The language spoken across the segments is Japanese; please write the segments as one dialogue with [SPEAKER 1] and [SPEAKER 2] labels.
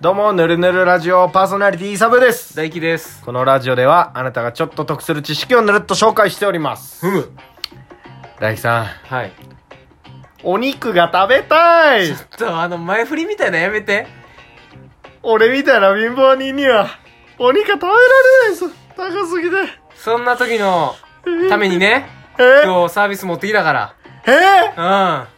[SPEAKER 1] どうも、ぬるぬるラジオパーソナリティサブです。
[SPEAKER 2] 大輝です。
[SPEAKER 1] このラジオでは、あなたがちょっと得する知識をぬるっと紹介しております。
[SPEAKER 2] ふむ。
[SPEAKER 1] 大輝さん、
[SPEAKER 2] はい。
[SPEAKER 1] お肉が食べたい
[SPEAKER 2] ちょっとあの前振りみたいなやめて。
[SPEAKER 1] 俺みたいな貧乏人には、お肉が食べられないです。高すぎて。
[SPEAKER 2] そんな時のためにね、
[SPEAKER 1] え
[SPEAKER 2] 今日サービス持ってきたか
[SPEAKER 1] え
[SPEAKER 2] ら。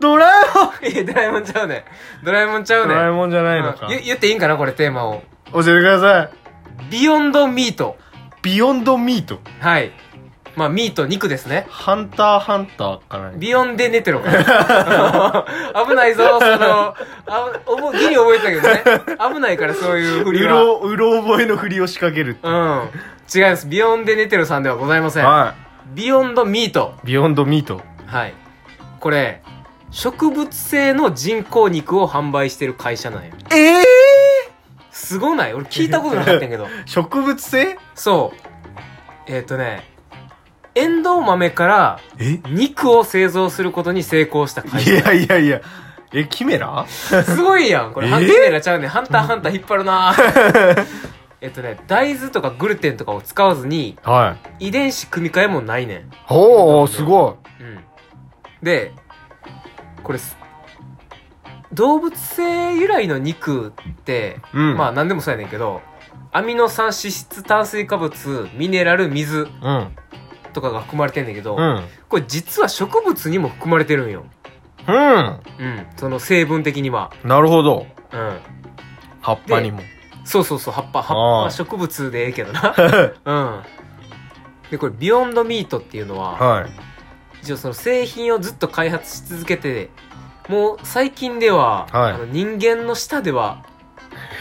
[SPEAKER 1] ドラえもん
[SPEAKER 2] うん。いや、ドラえもんちゃうね。ドラえもんちゃう
[SPEAKER 1] ド
[SPEAKER 2] ね。
[SPEAKER 1] ラえもんじゃないの
[SPEAKER 2] う
[SPEAKER 1] か
[SPEAKER 2] ん。言言っていいんかなこれテーマを。
[SPEAKER 1] 教えてください。
[SPEAKER 2] ビヨンドミート。
[SPEAKER 1] ビヨンドミート。
[SPEAKER 2] はい。まあ、ミート、肉ですね。
[SPEAKER 1] ハンターハンターかな
[SPEAKER 2] ビヨンで寝てろから。危ないぞ、その、あおぼギリ覚えてたけどね。危ないからそういう振
[SPEAKER 1] う
[SPEAKER 2] りは。
[SPEAKER 1] ろ、うろ覚えのふりを仕掛ける。
[SPEAKER 2] うん。違います。ビヨンで寝てるさんではございません。
[SPEAKER 1] は
[SPEAKER 2] ビヨンドミート。
[SPEAKER 1] い。ビヨンドミート。
[SPEAKER 2] はい。これ、植物性の人工肉を販売してる会社なんよ。
[SPEAKER 1] ええ
[SPEAKER 2] すごない俺聞いたことなかったん やけど。
[SPEAKER 1] 植物性
[SPEAKER 2] そう。えっ、とね、エンドウ豆から
[SPEAKER 1] え
[SPEAKER 2] 肉を製造することに成功した会
[SPEAKER 1] い
[SPEAKER 2] 社。
[SPEAKER 1] やいやいや。え、キメラ
[SPEAKER 2] すごいやん。これ、
[SPEAKER 1] え
[SPEAKER 2] ハンキメラちゃうね。ハンターハンター引っ張る なえっとね、大豆とかグルテンとかを使わずに、
[SPEAKER 1] はい。
[SPEAKER 2] 遺伝子組み換えもないねん。
[SPEAKER 1] おー、すご
[SPEAKER 2] うん。で、これす、動物性由来の肉って、
[SPEAKER 1] い。うん。
[SPEAKER 2] まあ何でもそうやねんけど、アミノ酸、脂質、炭水化物、ミネラル、水
[SPEAKER 1] あ、
[SPEAKER 2] とかが含まれてんねんけど、
[SPEAKER 1] うん。
[SPEAKER 2] これ実は植物にも含まれてるんよ。
[SPEAKER 1] うん。う
[SPEAKER 2] うん。その成分的には。
[SPEAKER 1] ん。なるほど。
[SPEAKER 2] うん。
[SPEAKER 1] 葉っぱにも。
[SPEAKER 2] そうそうそう、葉っぱ。葉っぱ
[SPEAKER 1] あー
[SPEAKER 2] は植物でええけ どな。うん。で、これ、ビヨンドミートっていうのは、
[SPEAKER 1] はい。
[SPEAKER 2] 一応その製品をずっと開発し続けてもう最近では、
[SPEAKER 1] はい
[SPEAKER 2] あの人間の舌 では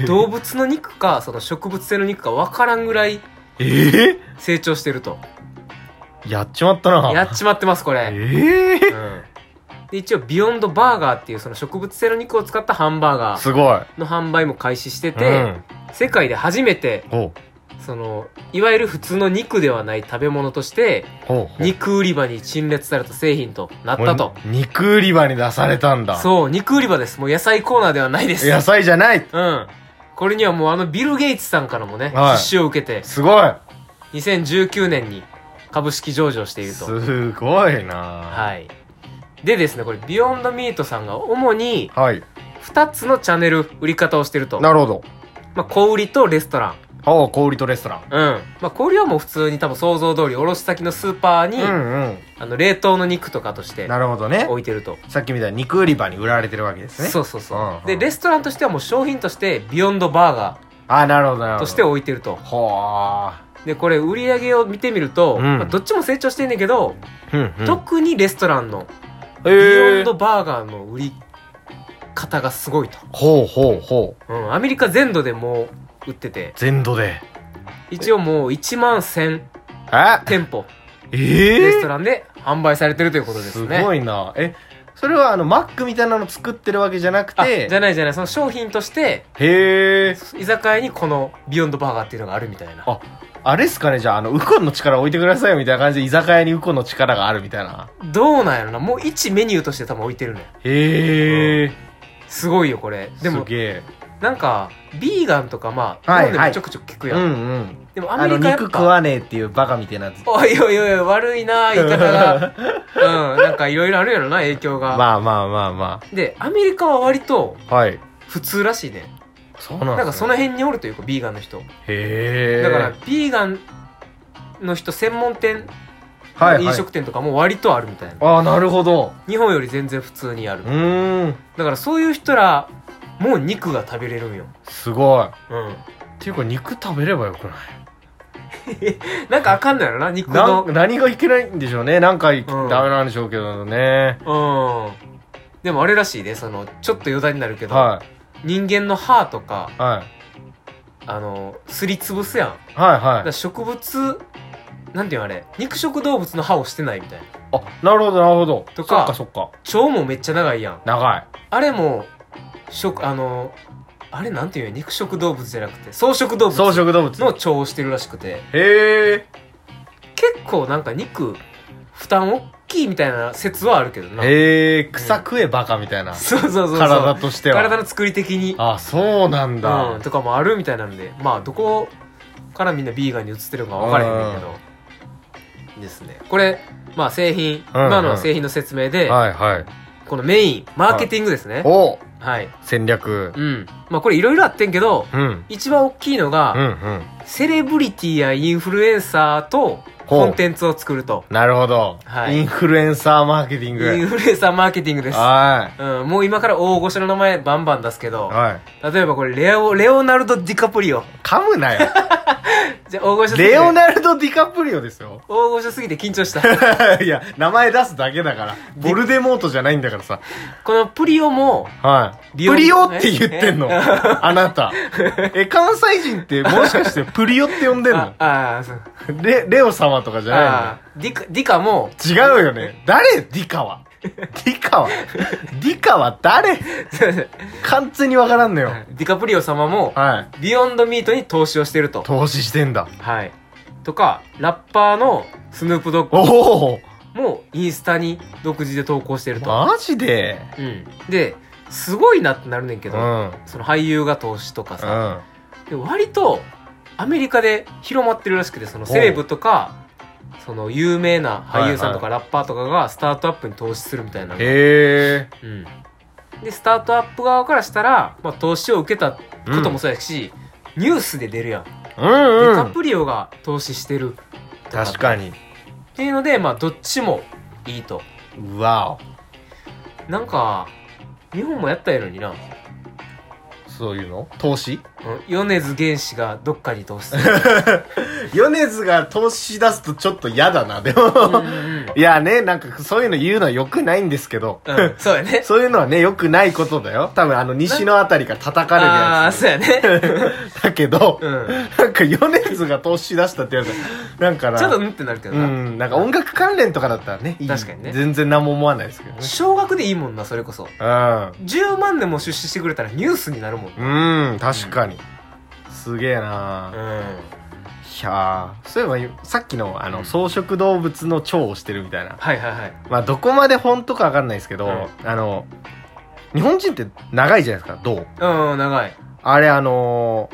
[SPEAKER 2] 動物の肉かその植物性の肉か分からんぐらい
[SPEAKER 1] ええ
[SPEAKER 2] 成長してると
[SPEAKER 1] やっちまったな。
[SPEAKER 2] やっちまってますこれ、
[SPEAKER 1] え え
[SPEAKER 2] うん、で一応ビヨンドバーガーっていうその植物性の肉を使ったハンバーガー
[SPEAKER 1] すごい。
[SPEAKER 2] の販売も開始して
[SPEAKER 1] う
[SPEAKER 2] て、
[SPEAKER 1] ん。
[SPEAKER 2] 世界で初めて
[SPEAKER 1] ほう。
[SPEAKER 2] そのいわゆる普通の肉ではない食べ物として
[SPEAKER 1] ほうほう。
[SPEAKER 2] 肉売り場に陳列された製品となったと
[SPEAKER 1] もう肉売り場に出されたんだ。
[SPEAKER 2] そう肉売り場ですもう野菜コーナーではないです
[SPEAKER 1] 野菜じゃない。
[SPEAKER 2] うん。これにはもうあのビル・ゲイツさんからもね、
[SPEAKER 1] はい
[SPEAKER 2] 出資を受けて、
[SPEAKER 1] すごい。
[SPEAKER 2] 2019年に株式上場していると。
[SPEAKER 1] すごいな
[SPEAKER 2] はい。でですね、これ、ビヨンドミートさんが主に
[SPEAKER 1] はい。
[SPEAKER 2] 2つのチャンネル売り方をしてると。ま
[SPEAKER 1] なるほど。
[SPEAKER 2] あ、小売りとレストラン。
[SPEAKER 1] ほう、小売りとレストラン。
[SPEAKER 2] うん。まあ、小売りはもう普通に多分想像通り、卸先のスーパーに、
[SPEAKER 1] うんう
[SPEAKER 2] あの、冷凍の肉とかとして
[SPEAKER 1] ん。なるほどね。
[SPEAKER 2] 置いてると。
[SPEAKER 1] さっきみたいに肉売り場に売られてるわけですね。
[SPEAKER 2] そうそうそう。
[SPEAKER 1] うんうん
[SPEAKER 2] で、レストランとしてはもう商品として、ビヨンドバーガ
[SPEAKER 1] あ、なるほど、なる
[SPEAKER 2] ー
[SPEAKER 1] ほど。
[SPEAKER 2] として置いてると。
[SPEAKER 1] ほ
[SPEAKER 2] で、これ、売り上げを見てみると、
[SPEAKER 1] うん
[SPEAKER 2] まあ、どっちも成長してんねんけど、
[SPEAKER 1] ー。うん、うん。
[SPEAKER 2] 特にレストランの
[SPEAKER 1] え
[SPEAKER 2] ビヨンドバーガーの売り方がすごいと、
[SPEAKER 1] ほうほうほう。
[SPEAKER 2] うん、アメリカ全土でもう売ってて
[SPEAKER 1] 全土で。
[SPEAKER 2] 一応もう1万1000
[SPEAKER 1] え
[SPEAKER 2] 店舗
[SPEAKER 1] え
[SPEAKER 2] レスト
[SPEAKER 1] ラ
[SPEAKER 2] ランで販売されてるということですね
[SPEAKER 1] すごいな。え、それはあの、マックみたいなの作ってるわけじゃなく
[SPEAKER 2] あ
[SPEAKER 1] て、
[SPEAKER 2] じゃないじゃないその商品として
[SPEAKER 1] へえ。
[SPEAKER 2] 居酒屋にこのビヨンドバーガーっていうのがあるみたいな
[SPEAKER 1] ああれっすかねじゃあ、あの、ウコンの力置いてくださいよみたいな感じで、居酒屋にウコンの力があるみたいな。
[SPEAKER 2] どうなんやろなもう1メニューとして多分置いてるね
[SPEAKER 1] へえ。
[SPEAKER 2] すごいよこれでも
[SPEAKER 1] すげえ。
[SPEAKER 2] なんかビーガンとかまあ
[SPEAKER 1] はい
[SPEAKER 2] 日本で
[SPEAKER 1] は
[SPEAKER 2] も
[SPEAKER 1] い
[SPEAKER 2] ちょくちょく聞く
[SPEAKER 1] う
[SPEAKER 2] や
[SPEAKER 1] ん
[SPEAKER 2] ん、
[SPEAKER 1] うん。
[SPEAKER 2] でもア
[SPEAKER 1] あ
[SPEAKER 2] メ
[SPEAKER 1] の、
[SPEAKER 2] リカやっ
[SPEAKER 1] 肉
[SPEAKER 2] ぱ
[SPEAKER 1] 食わねえっていうバカみたいなやつ。
[SPEAKER 2] おいおいおい悪いな言い方 がうんなんかいろいろあるやろな影響が、
[SPEAKER 1] まあまあまあま
[SPEAKER 2] でアメリカは割と
[SPEAKER 1] あ。はい。
[SPEAKER 2] 普通らしいね
[SPEAKER 1] そうなん
[SPEAKER 2] なんかその
[SPEAKER 1] へ
[SPEAKER 2] 辺におるというかビーガンの人
[SPEAKER 1] え。
[SPEAKER 2] だからビーガンの人専門店
[SPEAKER 1] はいはい
[SPEAKER 2] 飲食店とかも割とあるみたいな、
[SPEAKER 1] ああ、なるほど。
[SPEAKER 2] 日本より全然普通にある
[SPEAKER 1] うーん。
[SPEAKER 2] だからそういう人らもう肉が食べれるんよ
[SPEAKER 1] すごい。っ
[SPEAKER 2] うん
[SPEAKER 1] ていうか、肉食べればよくない
[SPEAKER 2] なんかあかんのやろな肉
[SPEAKER 1] な
[SPEAKER 2] の
[SPEAKER 1] ん何がいけないんでしょうね。なんかい、
[SPEAKER 2] うん
[SPEAKER 1] ダメなんでしょうけどね。
[SPEAKER 2] うんでもあれらしいねそのちょっと余談になるけど、
[SPEAKER 1] は
[SPEAKER 2] 人間の歯とか
[SPEAKER 1] い。はい。
[SPEAKER 2] あのすりつぶすやんだ
[SPEAKER 1] はい
[SPEAKER 2] か
[SPEAKER 1] は
[SPEAKER 2] ら
[SPEAKER 1] い。
[SPEAKER 2] 植物なんていうのあれ肉食動物の歯をしてないみたいな
[SPEAKER 1] あ、なるほど、なるほど。
[SPEAKER 2] とか
[SPEAKER 1] そっかそっか。
[SPEAKER 2] 腸もめっちゃ長いやん
[SPEAKER 1] 長い。
[SPEAKER 2] あれも、食、あの、あれなんていうんや肉食動物じゃなくて、草食動
[SPEAKER 1] 草
[SPEAKER 2] 物
[SPEAKER 1] 食動物。
[SPEAKER 2] の腸をしてるらしくて、
[SPEAKER 1] へえ。
[SPEAKER 2] 結構なんか肉、負担大ききいみたいな説はあるけどな。
[SPEAKER 1] えー、草食えバカみたいな。
[SPEAKER 2] そうそうそうそう。
[SPEAKER 1] 体としては。
[SPEAKER 2] 体の作り的に。
[SPEAKER 1] あ、そうなんだ。
[SPEAKER 2] うん、とかもあるみたいなんで、まあ、どこからみんなビーガンに移ってるのか分からへんねんけど。ですね。これ、まあ、製品、
[SPEAKER 1] うんうん
[SPEAKER 2] 今の製品の説明で、
[SPEAKER 1] はいはい。
[SPEAKER 2] このメイン、マーケティングですね。
[SPEAKER 1] お
[SPEAKER 2] はい。
[SPEAKER 1] 戦略。
[SPEAKER 2] うん。まあ、これいろいろあってんけど、
[SPEAKER 1] うん。
[SPEAKER 2] 一番大きいの
[SPEAKER 1] うんう
[SPEAKER 2] が、
[SPEAKER 1] ん。
[SPEAKER 2] セレブリティやインフルエンサーと
[SPEAKER 1] ほう
[SPEAKER 2] コンテンツを作ると。
[SPEAKER 1] なるほど。
[SPEAKER 2] はい
[SPEAKER 1] インフルエンサーマーケティン
[SPEAKER 2] イ
[SPEAKER 1] グ。
[SPEAKER 2] ンフルエンサーマーケティングです。
[SPEAKER 1] は
[SPEAKER 2] うん、もう今から大御所の名前バンバン出すけ
[SPEAKER 1] い。
[SPEAKER 2] ど、
[SPEAKER 1] はい。
[SPEAKER 2] 例えばこれレオ、レオナルド・ディカプリオ。
[SPEAKER 1] 噛むなよ。
[SPEAKER 2] じゃあ大御所すぎて。
[SPEAKER 1] レオナルド・ディカプリオですよ。
[SPEAKER 2] 大御所すぎて緊張し た。
[SPEAKER 1] いや、名前出すだけだから。ボルデモートじゃないんだからさ。
[SPEAKER 2] このプリオも、
[SPEAKER 1] はい。
[SPEAKER 2] リオ
[SPEAKER 1] プリオって言ってんの。 あなた。え、関西人ってもしかしてプリオって呼んでん
[SPEAKER 2] あ
[SPEAKER 1] の、
[SPEAKER 2] あー、そう。
[SPEAKER 1] レ、レオ様とかじゃ
[SPEAKER 2] あ
[SPEAKER 1] な
[SPEAKER 2] ーディカ、ディカも、
[SPEAKER 1] いの違うよね。誰ディカは。ディカは。ディカは誰完全にわからんのよ。
[SPEAKER 2] ディカプリオ様も、
[SPEAKER 1] はい。
[SPEAKER 2] ビヨンドミートに投資をしてると。
[SPEAKER 1] 投資してんだ。
[SPEAKER 2] はい。とか、ラッパーのスヌープドッグ
[SPEAKER 1] おお
[SPEAKER 2] もインスタに独自で投稿してると。
[SPEAKER 1] マジで
[SPEAKER 2] うん。で、すごいなってなるねんけ
[SPEAKER 1] う
[SPEAKER 2] ど、
[SPEAKER 1] ん。うん。
[SPEAKER 2] その俳優が投資とかさ、で割とアメリカで広まってるらしくてそのセレブとかその有名な俳優さんとかラッパーとかがスタートアップに投資するみたいな、
[SPEAKER 1] へえ。
[SPEAKER 2] うん、でスタートアップ側からしたら、まあ、投資を受けたこともそうやし、ニュースで出るや
[SPEAKER 1] う
[SPEAKER 2] ん、
[SPEAKER 1] ん
[SPEAKER 2] デ
[SPEAKER 1] う
[SPEAKER 2] カ
[SPEAKER 1] ん。
[SPEAKER 2] プリオが投資してる
[SPEAKER 1] 確かに。
[SPEAKER 2] っていうのでまあどっちもいいと
[SPEAKER 1] うわ
[SPEAKER 2] なんか日本もやったやのにな
[SPEAKER 1] お。そういうの投資
[SPEAKER 2] うん米津玄師がどっかに投資する
[SPEAKER 1] 米津が投資し出すとちょっと嫌だな、でも。
[SPEAKER 2] うんうんうん
[SPEAKER 1] いやね、なんかそういうの言うのは良くないんですけど。
[SPEAKER 2] うん、そうやね
[SPEAKER 1] そういうのはね、良くないことだよ。多分あの西のあたりが叩かれる
[SPEAKER 2] ああ
[SPEAKER 1] や
[SPEAKER 2] ーそうやね
[SPEAKER 1] つ。 だけど、
[SPEAKER 2] うん
[SPEAKER 1] なんか米津が投資し出したってやつ。なんかな。
[SPEAKER 2] ちょっとうんってなるけど
[SPEAKER 1] う
[SPEAKER 2] な、
[SPEAKER 1] ん、なんか音楽関連とかだったらね、いい
[SPEAKER 2] 確かにね
[SPEAKER 1] 全然何も思わないですけどね。
[SPEAKER 2] 少額でいいもんなそれこそ10万でも出資してくれたらニュースになるもん
[SPEAKER 1] うん。うん、確かに。すげえな
[SPEAKER 2] う
[SPEAKER 1] ぁ。い
[SPEAKER 2] ん
[SPEAKER 1] やぁそういえば、さっきの、あ
[SPEAKER 2] うん
[SPEAKER 1] の、草食動物の蝶をしてるみたいな。
[SPEAKER 2] はいはいはい
[SPEAKER 1] まあ、どこまで本当かわかんないですけど、
[SPEAKER 2] うん
[SPEAKER 1] あの、日本人って長いじゃないですか、どう
[SPEAKER 2] うん長い
[SPEAKER 1] あれ、あの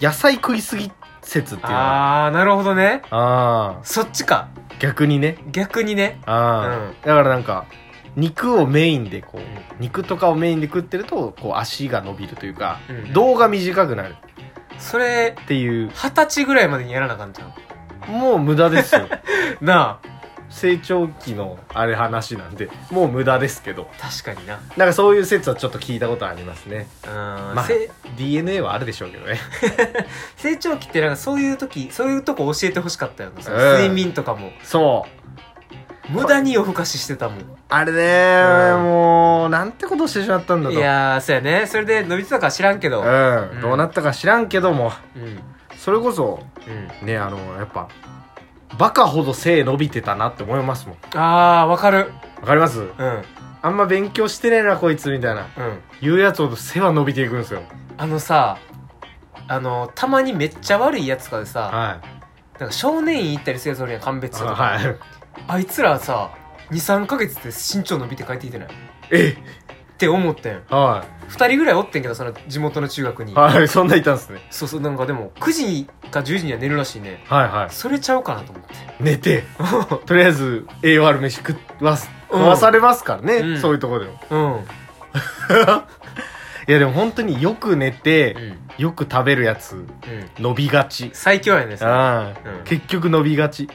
[SPEAKER 1] ー野菜食いすぎ説っていうのあ
[SPEAKER 2] ああなるほどね
[SPEAKER 1] あ
[SPEAKER 2] そっちか
[SPEAKER 1] ー、逆にね。
[SPEAKER 2] 逆にね
[SPEAKER 1] ああ、
[SPEAKER 2] うん
[SPEAKER 1] だからなんか、肉をメインでこ
[SPEAKER 2] う
[SPEAKER 1] う、肉とかをメインで食ってると、こう足が伸びるというか、
[SPEAKER 2] うん
[SPEAKER 1] 胴が短くなる
[SPEAKER 2] それ
[SPEAKER 1] っていう、
[SPEAKER 2] 二十歳ぐらいまでにやらなあかんじゃん
[SPEAKER 1] もう無駄です よ。
[SPEAKER 2] なあ
[SPEAKER 1] 成長期のあれ話なんで、もう無駄ですけど。
[SPEAKER 2] 確かにな
[SPEAKER 1] なんかそういう説はちょっと聞いたことありますね。
[SPEAKER 2] うん、
[SPEAKER 1] まあ
[SPEAKER 2] せ
[SPEAKER 1] DNA はあるでしょうけどね。
[SPEAKER 2] 成長期ってなんかそういう時そういうとこ教えてほしかったよな、その
[SPEAKER 1] うん
[SPEAKER 2] 睡眠とかも
[SPEAKER 1] そう。
[SPEAKER 2] 無駄に夜更かししてたもん
[SPEAKER 1] あれねー、
[SPEAKER 2] うん
[SPEAKER 1] もう、なんてことをしてしまったんだと。
[SPEAKER 2] いやーそうやねそれで伸びてたか知らんけど
[SPEAKER 1] うん、
[SPEAKER 2] うん
[SPEAKER 1] どうなったか知らんけども、
[SPEAKER 2] うんうん
[SPEAKER 1] それこそ、ね、あの、やっぱ、バカほど背伸びてたなって思いますもん。
[SPEAKER 2] ああわかる
[SPEAKER 1] わかります
[SPEAKER 2] うん
[SPEAKER 1] あんま勉強してねえな、こいつ、みたいな。
[SPEAKER 2] うん
[SPEAKER 1] 言うやつほど背は伸びていくんですよ。
[SPEAKER 2] あのさあのたまにめっちゃ悪いやつがさ、
[SPEAKER 1] はい。
[SPEAKER 2] なんか少年院行ったりするやつおるやん鑑別所
[SPEAKER 1] あ
[SPEAKER 2] とか、
[SPEAKER 1] はい。
[SPEAKER 2] あいつらさ23ヶ月で身長伸びて帰ってきてないっ
[SPEAKER 1] え
[SPEAKER 2] て思ったん
[SPEAKER 1] は
[SPEAKER 2] 2人ぐらいおってんけどその地元の中学に、
[SPEAKER 1] い。はい、そんないたんですね。
[SPEAKER 2] そうそうなんかでも9時か10時には寝るらしいね
[SPEAKER 1] はいは
[SPEAKER 2] それちゃうかなと思って
[SPEAKER 1] い。寝て、とりあえず、栄養ある飯食わす、
[SPEAKER 2] うん
[SPEAKER 1] 食わされますからね、
[SPEAKER 2] うん
[SPEAKER 1] そういうところでも。
[SPEAKER 2] うんうん
[SPEAKER 1] いや、でも本当によく寝て、
[SPEAKER 2] うん
[SPEAKER 1] よく食べるやつ、伸びがち。
[SPEAKER 2] 最強やねそれ
[SPEAKER 1] う
[SPEAKER 2] うん
[SPEAKER 1] ん、結局伸びがち
[SPEAKER 2] う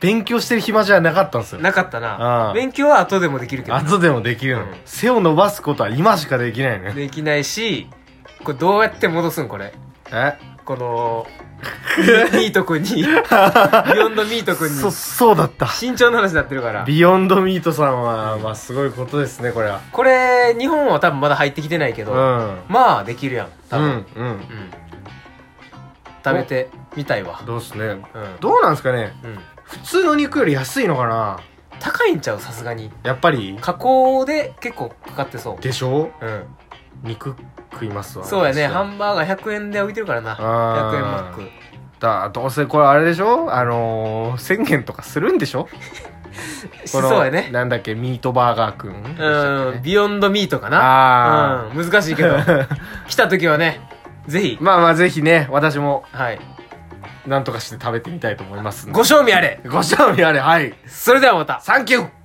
[SPEAKER 1] 勉強してる暇じゃなかったんですよ
[SPEAKER 2] んなかった
[SPEAKER 1] あ
[SPEAKER 2] な
[SPEAKER 1] ー
[SPEAKER 2] 勉強は後でもできるけどな
[SPEAKER 1] 後でもできるの、
[SPEAKER 2] うん
[SPEAKER 1] 背を伸ばすことは今しかできないね
[SPEAKER 2] できないしこれどうやって戻すんこれ
[SPEAKER 1] え
[SPEAKER 2] このミート君にビヨンドミート君に
[SPEAKER 1] そそうだった
[SPEAKER 2] 身長の話になってるから
[SPEAKER 1] ビヨンドミートさんはまあすごいことですねこれは
[SPEAKER 2] これ日本は多分まだ入ってきてないけ
[SPEAKER 1] う
[SPEAKER 2] ど、
[SPEAKER 1] ん
[SPEAKER 2] まあできるやん多分、
[SPEAKER 1] うんうん
[SPEAKER 2] うん食べてみたいわ
[SPEAKER 1] どうっすね
[SPEAKER 2] うん、
[SPEAKER 1] どうなんですかね
[SPEAKER 2] うん、
[SPEAKER 1] 普通の肉より安いのかな
[SPEAKER 2] 高いんちゃうさすがに
[SPEAKER 1] やっぱり
[SPEAKER 2] 加工で結構かかってそ
[SPEAKER 1] でしょ
[SPEAKER 2] ううん
[SPEAKER 1] 肉食いますわ
[SPEAKER 2] そうやね
[SPEAKER 1] 私
[SPEAKER 2] ハンバーガー100円で浮いてるからな
[SPEAKER 1] あー
[SPEAKER 2] 100円マック
[SPEAKER 1] だどうせこれあれでしょあのー宣言とかするんでしょ
[SPEAKER 2] しそうや
[SPEAKER 1] この
[SPEAKER 2] ね
[SPEAKER 1] なんだっけミートバーガーくんでし
[SPEAKER 2] う
[SPEAKER 1] たっけ
[SPEAKER 2] ん
[SPEAKER 1] ね
[SPEAKER 2] ビヨンドミートかな
[SPEAKER 1] ああ、
[SPEAKER 2] うん難しいけど来た時はねぜひ
[SPEAKER 1] まあまあぜひね私も
[SPEAKER 2] はい
[SPEAKER 1] なんとかして食べてみたいと思いますんで
[SPEAKER 2] ご賞味あれ
[SPEAKER 1] ご賞味あれはい
[SPEAKER 2] それではまた
[SPEAKER 1] サンキュー